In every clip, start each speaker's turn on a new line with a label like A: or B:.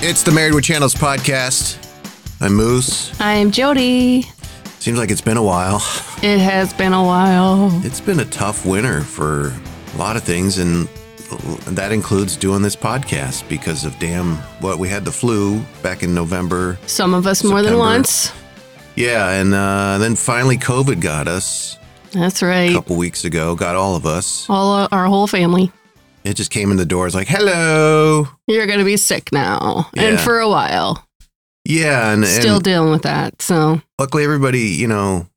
A: It's the Married with Channels podcast. I'm Moose.
B: I'm Jody.
A: Seems like it's been a while.
B: It has been a while.
A: It's been a tough winter for a lot of things, and that includes doing this podcast because of damn what we had the flu back in November.
B: Some of us more than
A: September.
B: once.
A: Yeah, and uh, then finally COVID got us
B: That's
A: a
B: right.
A: couple weeks ago, got all of us.
B: All our whole family.
A: It just came in the door. It's like, hello.
B: You're going to be sick now
A: Yeah.
B: and for a while.
A: Yeah, and, and
B: Still dealing with that. So,
A: luckily everybody, you know,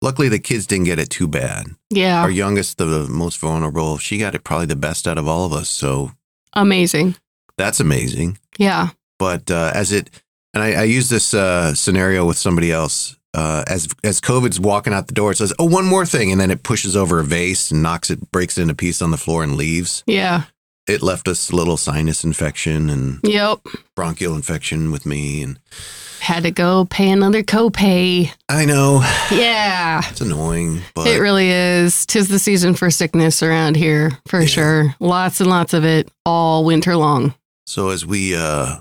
A: luckily the kids didn't get it too bad.
B: yeah.
A: Our youngest, the most vulnerable, she got it probably the best out of all of us. So
B: amazing.
A: that's amazing.
B: Yeah.
A: But uh, as it, and I, I use this uh, scenario with somebody else. Uh, as as COVID's walking out the door, it says, "Oh, one more thing," and then it pushes over a vase and knocks it, breaks it into piece on the floor, and leaves.
B: Yeah.
A: It left us a little sinus infection and
B: Yep.
A: bronchial infection with me, and
B: Had to go pay another copay.
A: I know
B: Yeah.
A: it's annoying, but
B: it really is. Tis the season for sickness around here, for
A: Yeah.
B: sure. Lots and lots of it all winter long.
A: So as we uh,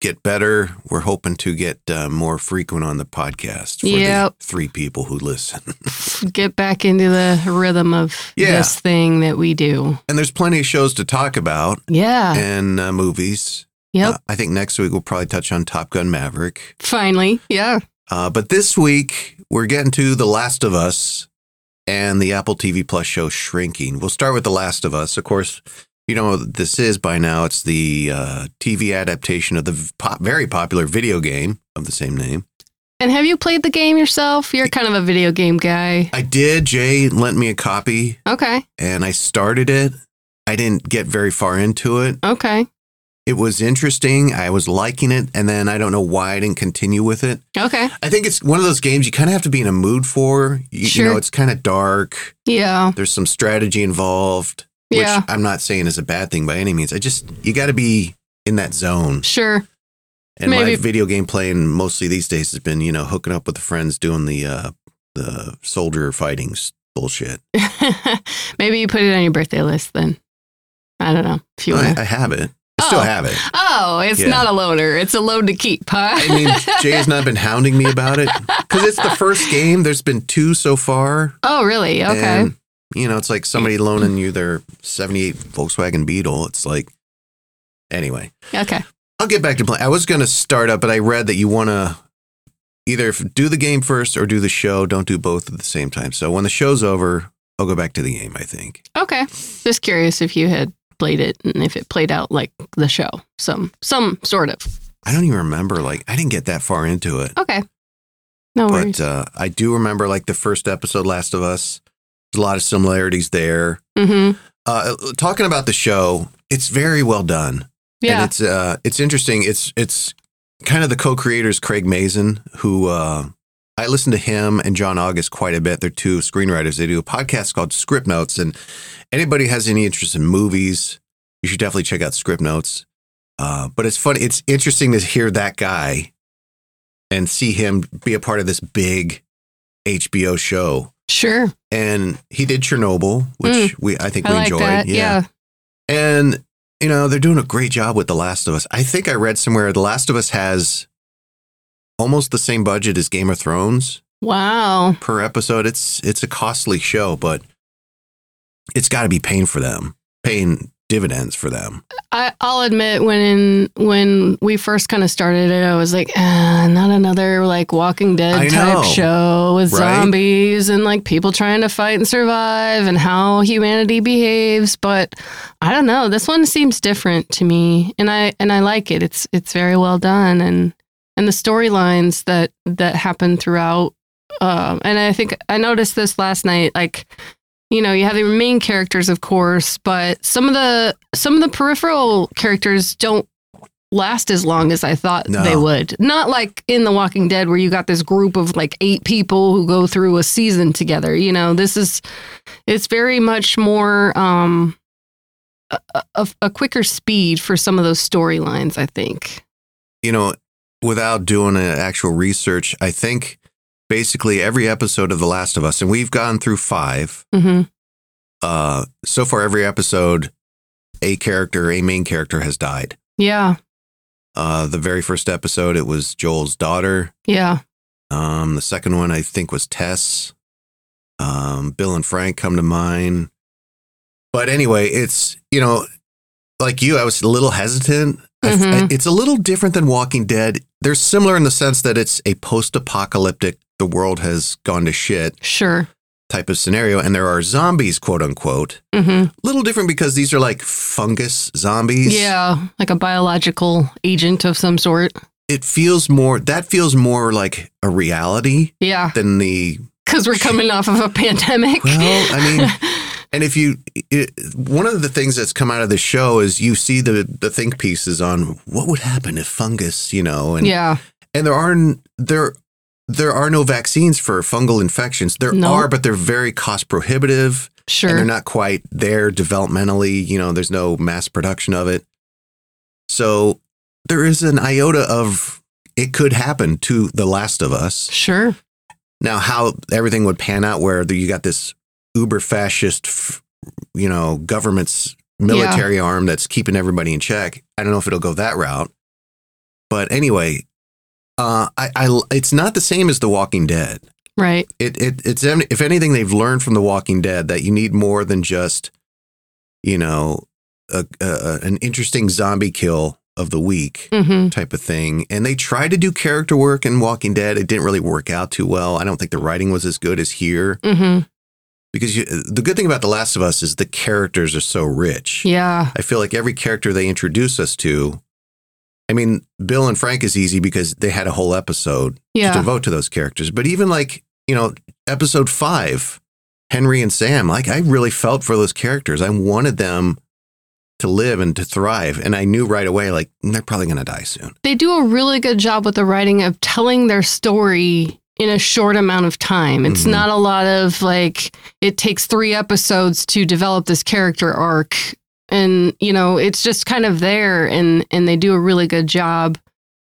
A: get better, we're hoping to get uh, more frequent on the podcast for
B: Yep.
A: the three people who listen.
B: Get back into the rhythm of
A: Yeah.
B: this thing that we do.
A: And there's plenty of shows to talk about
B: Yeah.
A: and uh, movies.
B: Yep.
A: Uh, I think next week we'll probably touch on Top Gun Maverick.
B: Finally. Yeah.
A: Uh, but this week we're getting to The Last of Us and the Apple TV Plus show Shrinking. We'll start with The Last of Us. Of course, you know what this is by now. It's the uh, TV adaptation of the v- pop, very popular video game of the same name.
B: And have you played the game yourself? You're kind of a video game guy.
A: I did. Jay lent me a copy
B: Okay.
A: and I started it. I didn't get very far into it.
B: Okay.
A: It was interesting. I was liking it. And then I don't know why I didn't continue with it.
B: Okay.
A: I think it's one of those games you kind of have to be in a mood for. You, you know,
B: Sure.
A: it's kind of dark,
B: Yeah.
A: there's some strategy involved, which
B: Yeah.
A: I'm not saying is a bad thing by any means. I just, you got to be in that zone.
B: Sure.
A: And my
B: Maybe-
A: video game playing mostly these days has been, you know, hooking up with the friends doing the, uh, the soldier fighting s- bullshit.
B: Maybe you put it on your birthday list then. I don't know if you
A: I,
B: want to.
A: I have it. I still
B: Oh.
A: have it.
B: Oh, it's
A: Oh, Yeah.
B: not a loader. It's a load to keep, huh?
A: I mean, Jay has not been hounding me about it because it's the first game. There's been two so far.
B: oh, really? Okay.
A: And, you know, it's like somebody loaning you their 78 Volkswagen Beetle. It's like, anyway,
B: okay.
A: I'll get back to play. I was going to start up, but I read that you want to either f- do the game first or do the show. Don't do both at the same time. So when the show's over, I'll go back to the game, I think.
B: Okay. Just curious if you had played it and if it played out like the show. Some some sort of.
A: I don't even remember. Like, I didn't get that far into it.
B: Okay. No worries.
A: but uh, I do remember like the first episode, Last of Us. There's a lot of similarities there.
B: mm-hmm.
A: Uh, talking about the show, it's very well done, and
B: Yeah.
A: it's uh, it's interesting. It's it's kind of the co-creators Craig Mazin, who uh, I listen to him and John August quite a bit. They're two screenwriters. They do a podcast called Script Notes, and anybody has any interest in movies, you should definitely check out Script Notes. Uh, but it's funny. It's interesting to hear that guy and see him be a part of this big HBO show.
B: Sure.
A: And he did Chernobyl, which we I think
B: Mm. I
A: we
B: like
A: enjoyed.
B: that. yeah.
A: And you know they're doing a great job with The Last of Us. I think I read somewhere The Last of Us has almost the same budget as Game of Thrones
B: Wow.
A: per episode. It's it's a costly show, but it's got to be paying for them, paying dividends for them.
B: I, I'll admit when in, when we first kind of started it, I was like, ah, not another like Walking Dead
A: I
B: type
A: know,
B: show with
A: right?
B: zombies and like people trying to fight and survive and how humanity behaves. But I don't know, this one seems different to me, and I and I like it. It's it's very well done, and and the storylines that that happen throughout. Um, and I think I noticed this last night, like you know you have the main characters of course but some of the some of the peripheral characters don't last as long as i thought
A: No.
B: they would not like in the walking dead where you got this group of like eight people who go through a season together you know this is it's very much more um a, a, a quicker speed for some of those storylines i think
A: You know, without doing an actual research, I think basically every episode of The Last of Us, and we've gone through five.
B: hmm
A: Uh, so far, every episode, a character, a main character, has died.
B: yeah
A: Uh, the very first episode, it was Joel's daughter.
B: Yeah.
A: Um, the second one, I think, was Tess. Um, Bill and Frank come to mind. But anyway, it's, you know, like you, I was a little hesitant. I f-
B: Mhm.
A: it's a little different than Walking Dead. They're similar in the sense that it's a post apocalyptic, the world has gone to shit
B: Sure.
A: type of scenario, and there are zombies, quote unquote.
B: hmm
A: little different because these are like fungus zombies.
B: Yeah. Like a biological agent of some sort.
A: It feels more, that feels more like a reality
B: Yeah.
A: than the
B: Because we're coming off of a pandemic.
A: Well, I And if you, it, one of the things that's come out of the show is you see the the think pieces on what would happen if fungus, you know, and
B: yeah.
A: and there are n- there there are no vaccines for fungal infections. There
B: No.
A: are, but they're very cost prohibitive, and
B: Sure.
A: they're not quite there developmentally. You know, there's no mass production of it, so there is an iota of it could happen to The Last of Us.
B: sure.
A: Now, how everything would pan out, where the, you got this uber fascist, f- you know, government's military arm that's keeping everybody in check. I don't know if it'll go that route, but anyway, uh, I, I it's not the same as The Walking Dead.
B: Right.
A: It, it it's if anything they've learned from The Walking Dead that you need more than just, you know, a, a, a- an interesting zombie kill of the week
B: hmm
A: type of thing. And they tried to do character work in Walking Dead. It didn't really work out too well. I don't think the writing was as good as here
B: hmm
A: because you, the good thing about The Last of Us is the characters are so rich.
B: Yeah.
A: I feel like every character they introduce us to. I mean, Bill and Frank is easy because they had a whole episode to
B: Yeah.
A: devote to those characters. But even like, you know, episode five, Henry and Sam, like I really felt for those characters. I wanted them to live and to thrive. And I knew right away, like, they're probably going to die soon.
B: They do a really good job with the writing of telling their story in a short amount of time. It's
A: Mhm.
B: not a lot of like, it takes three episodes to develop this character arc. And, you know, it's just kind of there. And, and they do a really good job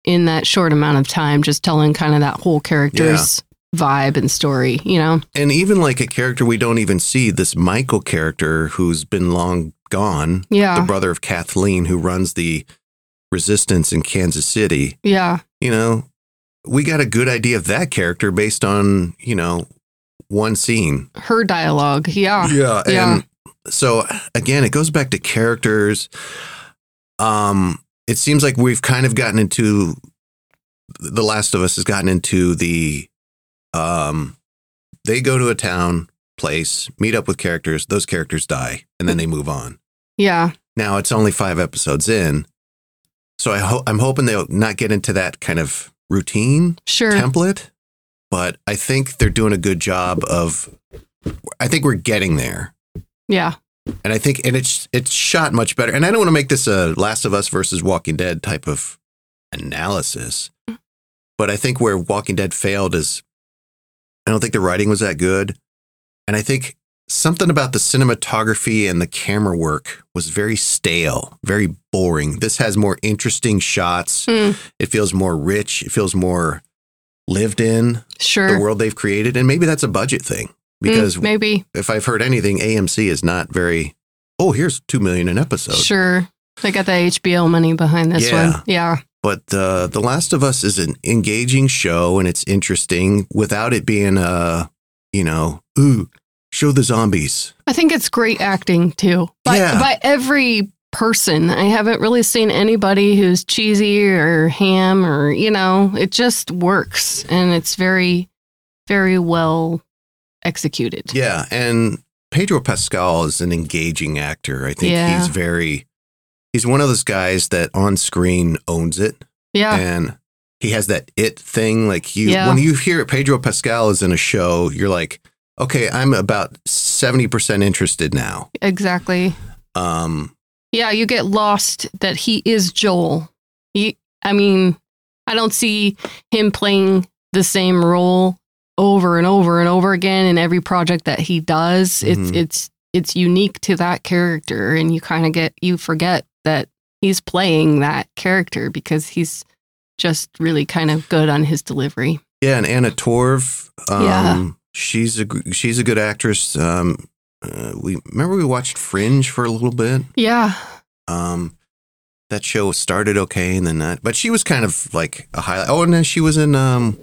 B: in that short amount of time, just telling kind of that whole character's vibe and story, you know?
A: and even like a character we don't even see this michael character who's been long gone the
B: Yeah.
A: brother of kathleen who runs the resistance in kansas city
B: Yeah.
A: you know we got a good idea of that character based on you know one scene
B: Her dialogue. Yeah.
A: yeah and
B: Ah, Yeah.
A: so again it goes back to characters um it seems like we've kind of gotten into the last of us has gotten into the um they go to a town place meet up with characters those characters die and then they move on
B: Yeah.
A: now it's only five episodes in so I ho- i'm hoping they'll not get into that kind of routine
B: Sure.
A: template, but I think they're doing a good job of. I think we're getting there,
B: yeah.
A: and I think and it's it's shot much better. And I don't want to make this a Last of Us versus Walking Dead type of analysis, but I think where Walking Dead failed is, I don't think the writing was that good, and I think something about the cinematography and the camera work was very stale, very boring. This has more interesting shots.
B: Mm.
A: It feels more rich. It feels more lived in the
B: Sure.
A: world they've created. And maybe that's a budget thing because
B: Mm, maybe.
A: if I've heard anything, AMC is not very, oh, here's 2 million an episode.
B: Sure. They got the HBO money behind this
A: Yeah.
B: one. Yeah.
A: But uh, The Last of Us is an engaging show and it's interesting without it being a, you know, ooh, show the zombies.
B: I think it's great acting too. By,
A: Yeah.
B: by every person. I haven't really seen anybody who's cheesy or ham or, you know, it just works and it's very, very well executed.
A: Yeah. And Pedro Pascal is an engaging actor. I think
B: Yeah.
A: he's very, he's one of those guys that on screen owns it.
B: Yeah.
A: and he has that it thing. Like you,
B: Yeah.
A: when you hear Pedro Pascal is in a show, you're like, okay, I'm about seventy percent interested now.
B: exactly.
A: Um,
B: Yeah, you get lost that he is Joel. You, I mean, I don't see him playing the same role over and over and over again in every project that he does. It's
A: Mhm.
B: it's it's unique to that character, and you kind of get you forget that he's playing that character because he's just really kind of good on his delivery.
A: yeah, and Anna Torv, um,
B: Yeah.
A: she's a gr- she's a good actress. Um, uh, we remember we watched Fringe for a little bit.
B: Yeah,
A: Um, that show started okay and then not. But she was kind of like a highlight. Oh, and then she was in um,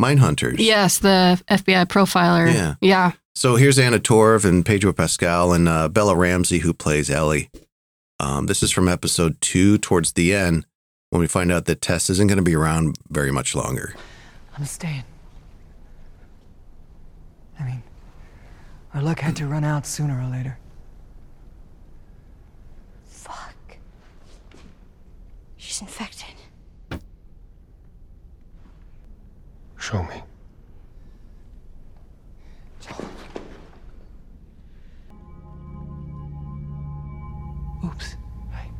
A: Mindhunters.
B: Yes, the FBI profiler.
A: Yeah.
B: Yeah.
A: So here's Anna Torv and Pedro Pascal and uh, Bella Ramsey, who plays Ellie. Um, this is from episode two, towards the end, when we find out that Tess isn't going to be around very much longer.
C: I'm staying. I mean, our luck had to run out sooner or later.
D: Fuck. She's infected.
E: Show me.
C: Oops. Hey.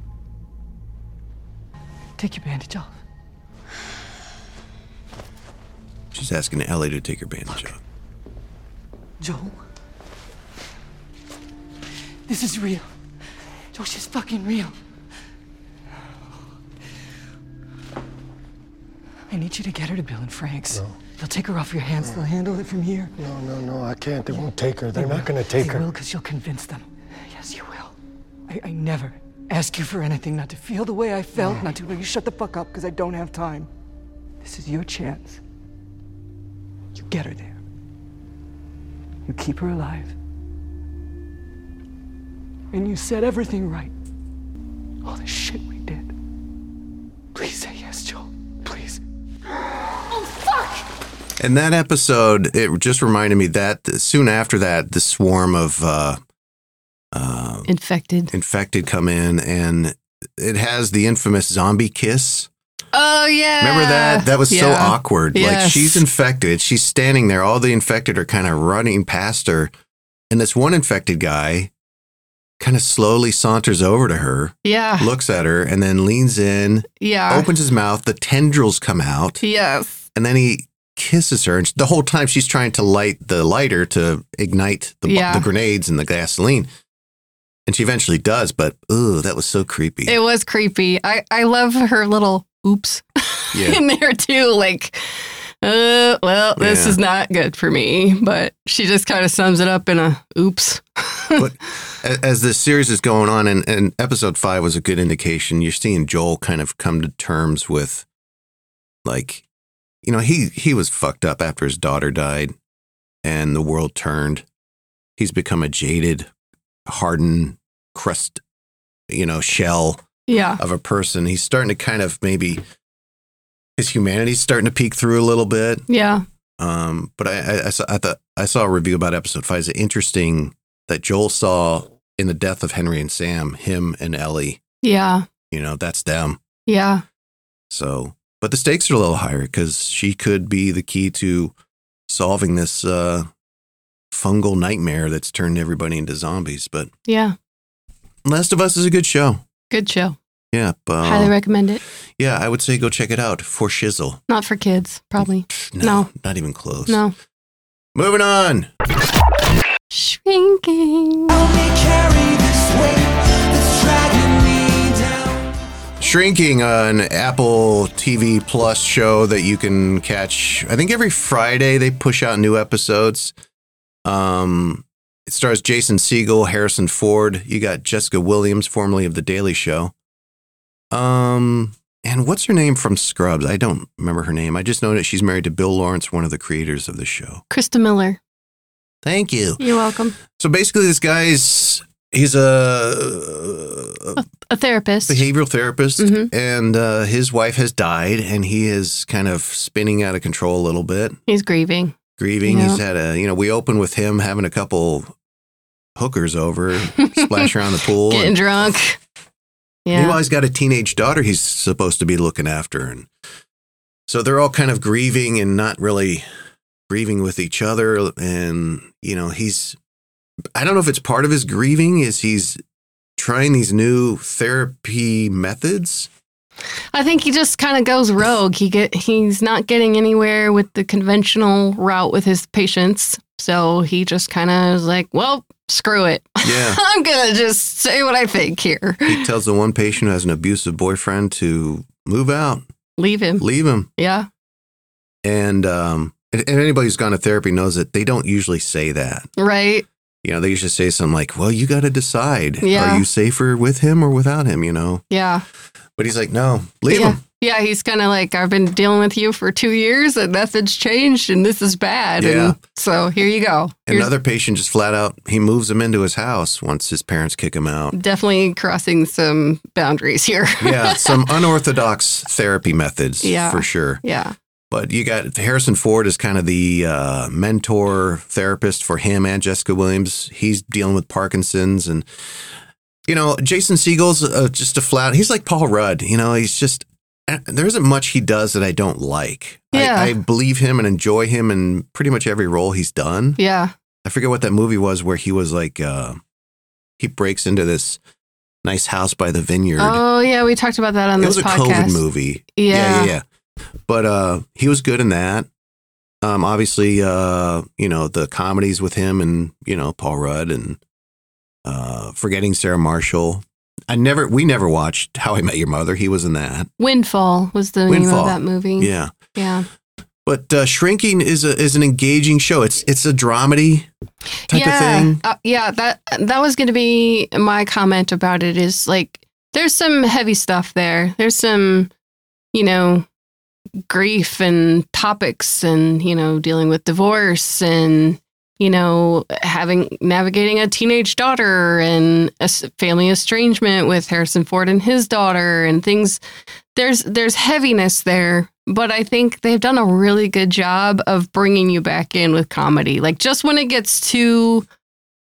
C: Take your bandage off.
A: She's asking Ellie to take her bandage off.
C: Joel. This is real. Joel, she's fucking real. I need you to get her to Bill and Frank's. They'll take her off your hands. They'll handle it from here.
E: No, no, no, I can't. They won't take her. They're not going to take
C: they
E: her.
C: will, because you'll convince them. Yes, you will. I, I never ask you for anything, not to feel the way I felt, not to. Will you shut the fuck up, because I don't have time. This is your chance. You get her there. You keep her alive. And you said everything right. All the shit we did. Please say yes, Joel. Please.
A: And that episode, it just reminded me that soon after that, the swarm of uh, uh,
B: Infected.
A: infected come in, and it has the infamous zombie kiss.
B: Oh yeah.
A: Remember that? That was so
B: Yeah.
A: awkward. Like
B: Yes.
A: she's infected. She's standing there. All the infected are kind of running past her, and this one infected guy kind of slowly saunters over to her,
B: Yeah.
A: looks at her, and then leans in,
B: yeah.
A: opens his mouth. The tendrils come out.
B: Yes.
A: and then he kisses her and the whole time she's trying to light the lighter to ignite the,
B: Yeah.
A: the grenades and the gasoline and she eventually does but ooh that was so creepy
B: It was creepy. I I love her little oops
A: yeah
B: in there too. Like, uh, well, this
A: Yeah.
B: is not good for me. But she just kind of sums it up in a oops.
A: but a- as this series is going on and, and episode five was a good indication you're seeing joel kind of come to terms with like you know he he was fucked up after his daughter died and the world turned he's become a jaded hardened crust you know shell
B: Yeah.
A: of a person. He's starting to kind of maybe his humanity's starting to peek through a little bit.
B: Yeah.
A: Um, but I, I, I saw I, thought, I saw a review about episode five. It's interesting that Joel saw in the death of Henry and Sam, him and Ellie.
B: Yeah.
A: You know, that's them.
B: Yeah.
A: So, but the stakes are a little higher because she could be the key to solving this uh, fungal nightmare that's turned everybody into zombies. But
B: Yeah.
A: Last of Us is a good show.
B: Good show.
A: Yeah, but, um,
B: Highly recommend it.
A: yeah, I would say go check it out for shizzle.
B: Not for kids, probably.
A: No,
B: No.
A: not even close.
B: No.
A: Moving on.
B: Shrinking.
A: Shrinking, uh, an Apple TV Plus show that you can catch. I think every Friday they push out new episodes. Um, it stars Jason Segel, Harrison Ford. You got Jessica Williams, formerly of The Daily Show. Um, and what's her name from Scrubs? I don't remember her name. I just know that she's married to Bill Lawrence, one of the creators of the show.
B: Krista Miller.
A: Thank you.
B: You're welcome.
A: So basically, this guy's he's a
B: A therapist.
A: behavioral therapist,
B: Mhm.
A: and uh, his wife has died, and he is kind of spinning out of control a little bit,
B: He's grieving.
A: grieving.
B: Yeah.
A: He's had a you know we open with him having a couple hookers over, splash around the pool.
B: Getting
A: and
B: drunk. Yeah.
A: Meanwhile, he's got a teenage daughter he's supposed to be looking after, and so they're all kind of grieving and not really grieving with each other. And you know he's I don't know if it's part of his grieving is he's trying these new therapy methods
B: I think he just kind of goes rogue. He get he's not getting anywhere with the conventional route with his patients, so he just kind of is like, "Well, screw it.
A: Yeah.
B: I'm gonna just say what I think here.
A: He tells the one patient who has an abusive boyfriend to move out,
B: Leave him."
A: leave him.
B: yeah,
A: And um, and, and anybody who's gone to therapy knows that they don't usually say that.
B: right.
A: you know, they used to say something like, well, you got to decide.
B: Yeah.
A: Are you safer with him or without him, you know?
B: Yeah.
A: But he's like, no, leave
B: yeah.
A: him.
B: Yeah, he's kind of like, I've been dealing with you for two years and nothing's changed and this is bad.
A: Yeah.
B: And so here you go. Here's
A: Another patient just flat out, he moves him into his house once his parents kick him out.
B: definitely crossing some boundaries here.
A: yeah, some unorthodox therapy methods
B: Yeah.
A: for sure.
B: yeah.
A: But you got Harrison Ford is kind of the uh, mentor therapist for him and Jessica Williams. He's dealing with Parkinson's and you know Jason Siegel's uh, just a flat. He's like Paul Rudd. You know, he's just and there isn't much he does that I don't like.
B: Yeah.
A: I, I believe him and enjoy him in pretty much every role he's done.
B: Yeah.
A: I forget what that movie was where he was like uh, he breaks into this nice house by the vineyard
B: Oh, yeah. We talked about that on
A: it
B: this
A: was a
B: podcast.
A: COVID movie.
B: Yeah.
A: yeah, yeah. yeah. But uh, he was good in that. Um, obviously, uh, you know the comedies with him and you know Paul Rudd and uh, forgetting Sarah Marshall. I never, we never watched How I Met Your Mother. He was in that.
B: Windfall was the name
A: Windfall.
B: of that movie.
A: Yeah.
B: Yeah.
A: But uh, Shrinking is a is an engaging show. It's it's a dramedy type
B: yeah.
A: of thing.
B: Uh, yeah, that that was going to be my comment about it is like there's some heavy stuff there. There's some, you know, grief and topics and, you know, dealing with divorce and, you know, having navigating a teenage daughter and a s- family estrangement with Harrison Ford and his daughter and things there's there's heaviness there but i think they've done a really good job of bringing you back in with comedy like just when it gets too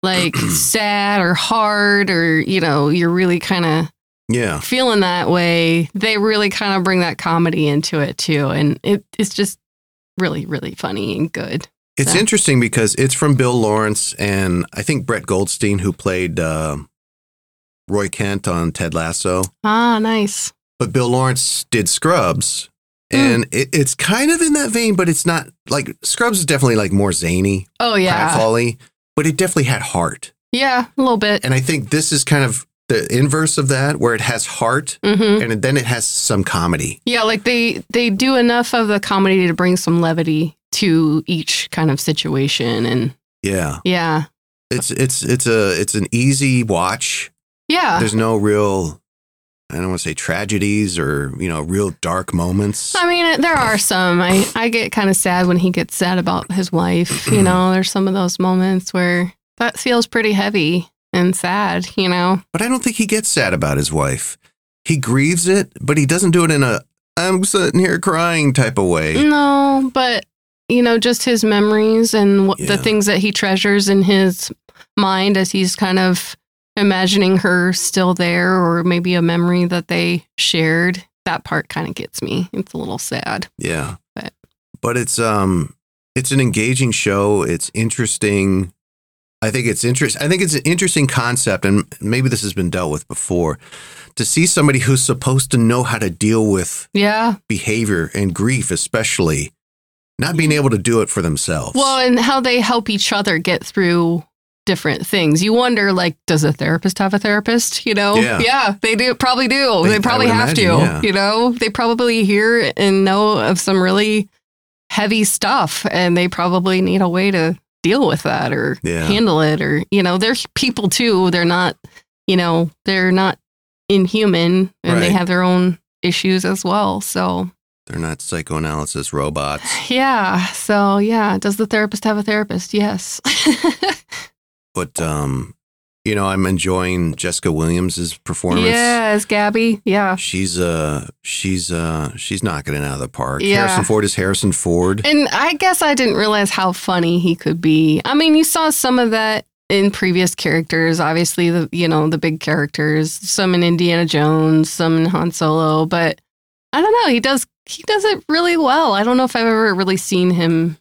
B: like sad or hard or you know you're really kind of
A: Yeah.
B: feeling that way they really kind of bring that comedy into it too and it, it's just really really funny and good
A: It's
B: So-
A: interesting because it's from Bill Lawrence and I think Brett Goldstein, who played uh, Roy Kent on Ted Lasso.
B: ah nice
A: but Bill Lawrence did Scrubs.
B: Hmm.
A: And it, it's kind of in that vein, but it's not like Scrubs is definitely like more zany,
B: oh
A: yeah.
B: yeah
A: but it definitely had heart.
B: yeah a little bit
A: And I think this is kind of the inverse of that, where it has heart
B: hmm
A: and then it has some comedy.
B: yeah like they they do enough of the comedy to bring some levity to each kind of situation and
A: Yeah,
B: Yeah.
A: it's it's it's a it's an easy watch.
B: Yeah.
A: There's no real, I don't want to say tragedies or you know real dark moments.
B: I mean, there are some. I, I get kind of sad when he gets sad about his wife.
A: Mm-hmm.
B: You know, there's some of those moments where that feels pretty heavy and sad, you know?
A: But I don't think he gets sad about his wife. He grieves it, but he doesn't do it in a I'm sitting here crying type of way.
B: Mm. No, but, you know, just his memories and what,
A: Yeah.
B: the things that he treasures in his mind as he's kind of imagining her still there or maybe a memory that they shared. That part kind of gets me. It's a little sad.
A: Yeah.
B: But-
A: But it's um it's an engaging show. It's interesting. I think it's interest I think it's an interesting concept and maybe this has been dealt with before to see somebody who's supposed to know how to deal with
B: Yeah.
A: behavior and grief especially not being able to do it for themselves.
B: Well, and how they help each other get through different things. You wonder, like, does a therapist have a therapist? You know,
A: Yeah.
B: they do. Probably do.
A: They-
B: They, probably
A: I would
B: have to.
A: imagine, yeah.
B: You know, they probably hear and know of some really heavy stuff, and they probably need a way to deal with that or
A: Yeah.
B: handle it, or you know, they're people too. They're not, you know, they're not inhuman, and they
A: Right.
B: have their own issues as well. So
A: They're not psychoanalysis robots.
B: yeah, so yeah, does the therapist have a therapist? Yes.
A: but um, you know, I'm enjoying Jessica Williams' performance.
B: Yes, Gabby. Yeah.
A: She's uh she's uh she's knocking it out of the park.
B: Yeah.
A: Harrison Ford is Harrison Ford.
B: And I guess I didn't realize how funny he could be. I mean, you saw some of that in previous characters, obviously the you know, the big characters, some in Indiana Jones, some in Han Solo, but I don't know, he does he does it really well. I don't know if I've ever really seen him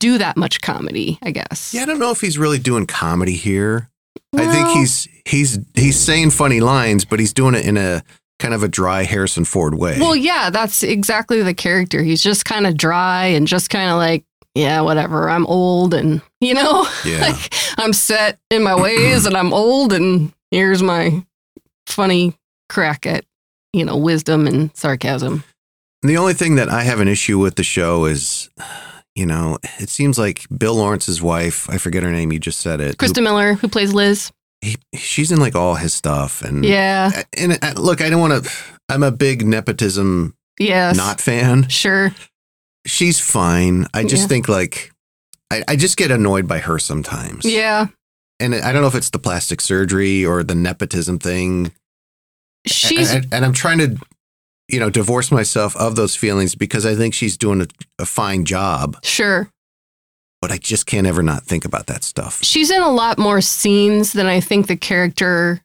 B: do that much comedy, I guess.
A: yeah, I don't know if he's really doing comedy here. I think
B: Well,
A: he's he's he's saying funny lines, but he's doing it in a kind of a dry Harrison Ford way.
B: Well, yeah, that's exactly the character. He's just kind of dry and just kind of like, yeah, whatever. I'm old and, you know,
A: yeah.
B: like I'm set in my ways and I'm old and here's my funny crack at, you know, wisdom and sarcasm.
A: the only thing that I have an issue with the show is You know, it seems like Bill Lawrence's wife, I forget her name, you just said it.
B: Krista Miller, who plays Liz.
A: He, she's in like all his stuff. And
B: Yeah.
A: And uh, look, I don't want to, I'm a big nepotism
B: Yes.
A: not fan.
B: sure.
A: She's fine. I just
B: Yeah.
A: think like, I, I just get annoyed by her sometimes.
B: Yeah.
A: And I don't know if it's the plastic surgery or the nepotism thing.
B: She's
A: and, and I'm trying to, you know, divorce myself of those feelings because I think she's doing a, a fine job,
B: sure.
A: but I just can't ever not think about that stuff.
B: she's in a lot more scenes than I think the character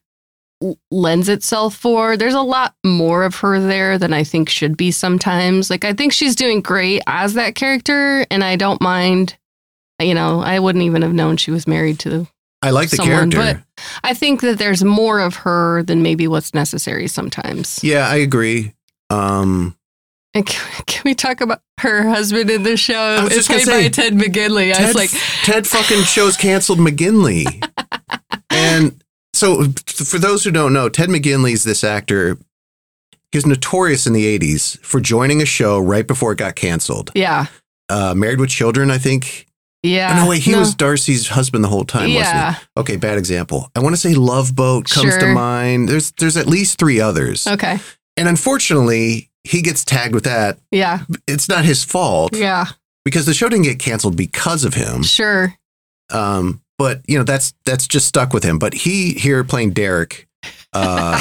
B: l- lends itself for. There's a lot more of her there than I think should be sometimes. Like I think she's doing great as that character and I don't mind you know, I wouldn't even have known she was married to.
A: I like the
B: Someone,
A: character.
B: I think that there's more of her than maybe what's necessary sometimes.
A: yeah, I agree. Um,
B: And can, can we talk about her husband in the show?
A: was
B: It's
A: just gonna
B: played by
A: say,
B: Ted McGinley. I was
A: Ted,
B: like,
A: Ted fucking shows canceled McGinley. and so, for those who don't know, Ted McGinley's this actor. He was notorious in the 80s for joining a show right before it got canceled.
B: yeah,
A: Uh, Married with Children, I think.
B: yeah.
A: Oh, no, wait, he was Darcy's husband the whole time, wasn't he?
B: Uh, Yeah.
A: Okay, bad example. I want to say Love Boat comes
B: Sure.
A: to mind. There's there's at least three others.
B: Okay.
A: And unfortunately, he gets tagged with that.
B: Yeah.
A: It's not his fault
B: Yeah.
A: because the show didn't get canceled because of him.
B: Sure.
A: Um, but you know, that's that's just stuck with him. But he here playing Derek, uh,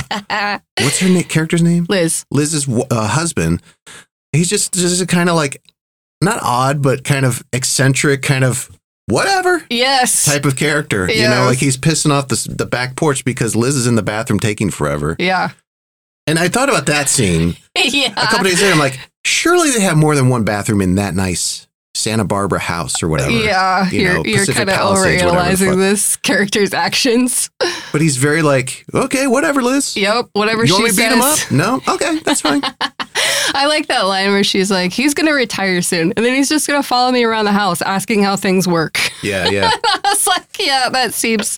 A: what's her na- character's name?
B: Liz.
A: Liz's w- uh, husband. He's just just kind of like not odd, but kind of eccentric, kind of whatever.
B: Yes.
A: type of character. You know,
B: Yes.
A: like he's pissing off the, the back porch because Liz is in the bathroom taking forever.
B: Yeah.
A: And I thought about that scene
B: yeah.
A: a couple days later. I'm like, surely they have more than one bathroom in that nice Santa Barbara house or whatever.
B: yeah,
A: you
B: you
A: know,
B: are you're
A: Pacific
B: kind of
A: Palisades, whatever the
B: overanalyzing
A: fuck.
B: this character's actions.
A: But he's very like, okay, whatever, Liz.
B: Yep, whatever
A: you
B: she
A: want me to beat
B: says.
A: him up? No? Okay, that's fine.
B: I like that line where she's like, "He's gonna retire soon, and then he's just gonna follow me around the house asking how things work."
A: yeah, yeah.
B: I was like, "Yeah, that seems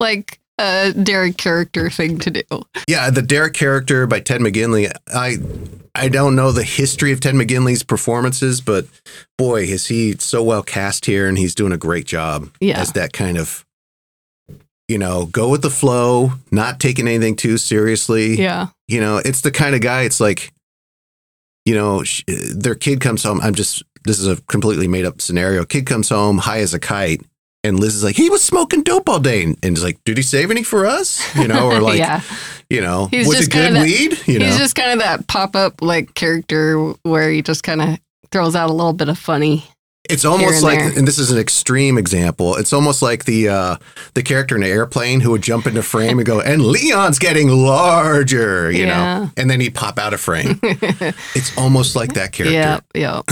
B: like a Derek character thing to do."
A: Yeah, the Derek character by Ted McGinley. I I don't know the history of Ted McGinley's performances, but boy, is he so well cast here, and he's doing a great job
B: Yeah.
A: as that kind of you know go with the flow, not taking anything too seriously.
B: Yeah,
A: You know, it's the kind of guy. It's like you know, sh- uh, their kid comes home. I'm just this is a completely made up scenario. Kid comes home high as a kite. And Liz is like, he was smoking dope all day. And and he's like, did he save any for us? You know, or like,
B: yeah.
A: you know,
B: He's
A: was
B: just
A: it good
B: kinda-
A: weed? You know,
B: He's just kind of that pop up like character where he just kind of throws out a little bit of funny.
A: it's almost
B: and
A: like,
B: there.
A: and this is an extreme example. It's almost like the uh, the character in an airplane who would jump into frame and go, and Leon's getting larger, you
B: Yeah.
A: know, and then he'd pop out of frame. it's almost like that character.
B: Yeah, yeah,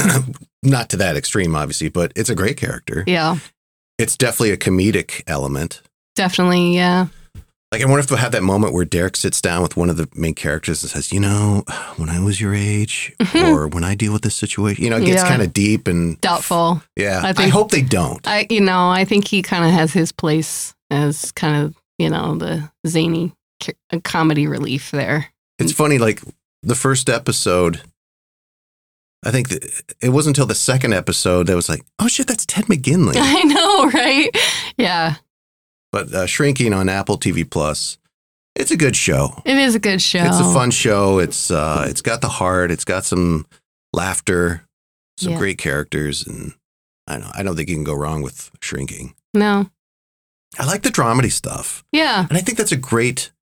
A: Not to that extreme, obviously, but it's a great character.
B: yeah.
A: It's definitely a comedic element.
B: Definitely, yeah.
A: Like, I wonder if they'll have that moment where Derek sits down with one of the main characters and says, You know, when I was your age, or when I deal with this situation, you know, it gets
B: Mm-hmm. Yeah.
A: kind of deep and
B: Doubtful.
A: Yeah.
B: I
A: I,
B: think-
A: hope they don't.
B: I, you know, I think he kind of has his place as kind of, you know, the zany ca- comedy relief there.
A: It's funny, like the first episode, I think th- it wasn't until the second episode that was like, oh shit, that's Ted McGinley.
B: I know, right? Yeah,
A: but uh, Shrinking on Apple TV Plus, it's a good show.
B: it is a good show.
A: It's a fun show. It's uh, It's got the heart, it's got some laughter, some
B: Yeah.
A: great characters. And I don't, I don't think you can go wrong with Shrinking.
B: No,
A: I like the dramedy stuff.
B: yeah,
A: And I think that's a great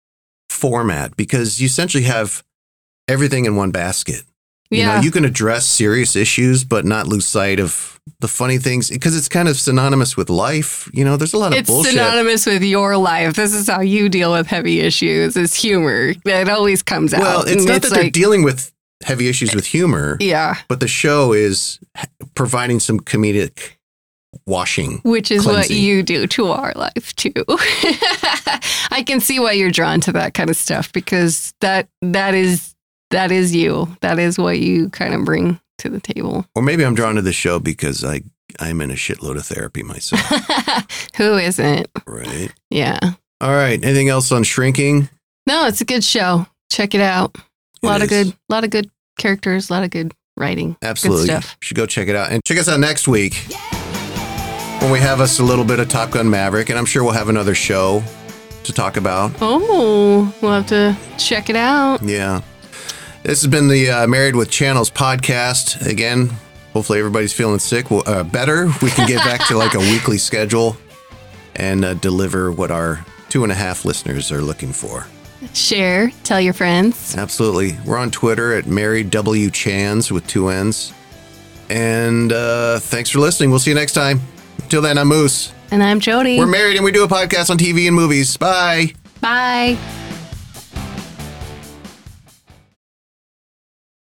A: format because you essentially have everything in one basket. You
B: yeah,
A: know, you can address serious issues, but not lose sight of the funny things because it's kind of synonymous with life. You know, there's a lot of
B: it's
A: bullshit.
B: synonymous with your life. This is how you deal with heavy issues. Is humor that always comes out.
A: well, it's
B: And
A: not that they're
B: like-
A: dealing with heavy issues with humor,
B: yeah,
A: but the show is h- providing some comedic washing.
B: which is
A: Cleansing.
B: what you do to our life too. I can see why you're drawn to that kind of stuff because that that is that is you. That is what you kind of bring to the table.
A: Or maybe I'm drawn to the show because I I'm in a shitload of therapy myself,
B: Who isn't?
A: right?
B: Yeah.
A: All right. Anything else on shrinking?
B: No, it's a good show. Check it out. A
A: It
B: lot of
A: is.
B: good, lot of good characters, a lot of good writing. Good
A: Absolutely. You
B: stuff.
A: should go check it out. And check us out next week when we have us a little bit of Top Gun Maverick. And I'm sure we'll have another show to talk about.
B: Oh, we'll have to check it out.
A: Yeah. This has been the uh, Married with Channels podcast. Again, hopefully everybody's feeling sick well, uh, better. We can get back to like a weekly schedule and uh, deliver what our two and a half listeners are looking for.
B: Share, tell your friends.
A: Absolutely. We're on Twitter at Mary W. Chans with two N's. And uh, thanks for listening. We'll see you next time. Until then, I'm Moose.
B: And I'm Jody.
A: We're married and we do a podcast on TV and movies. Bye.
B: Bye.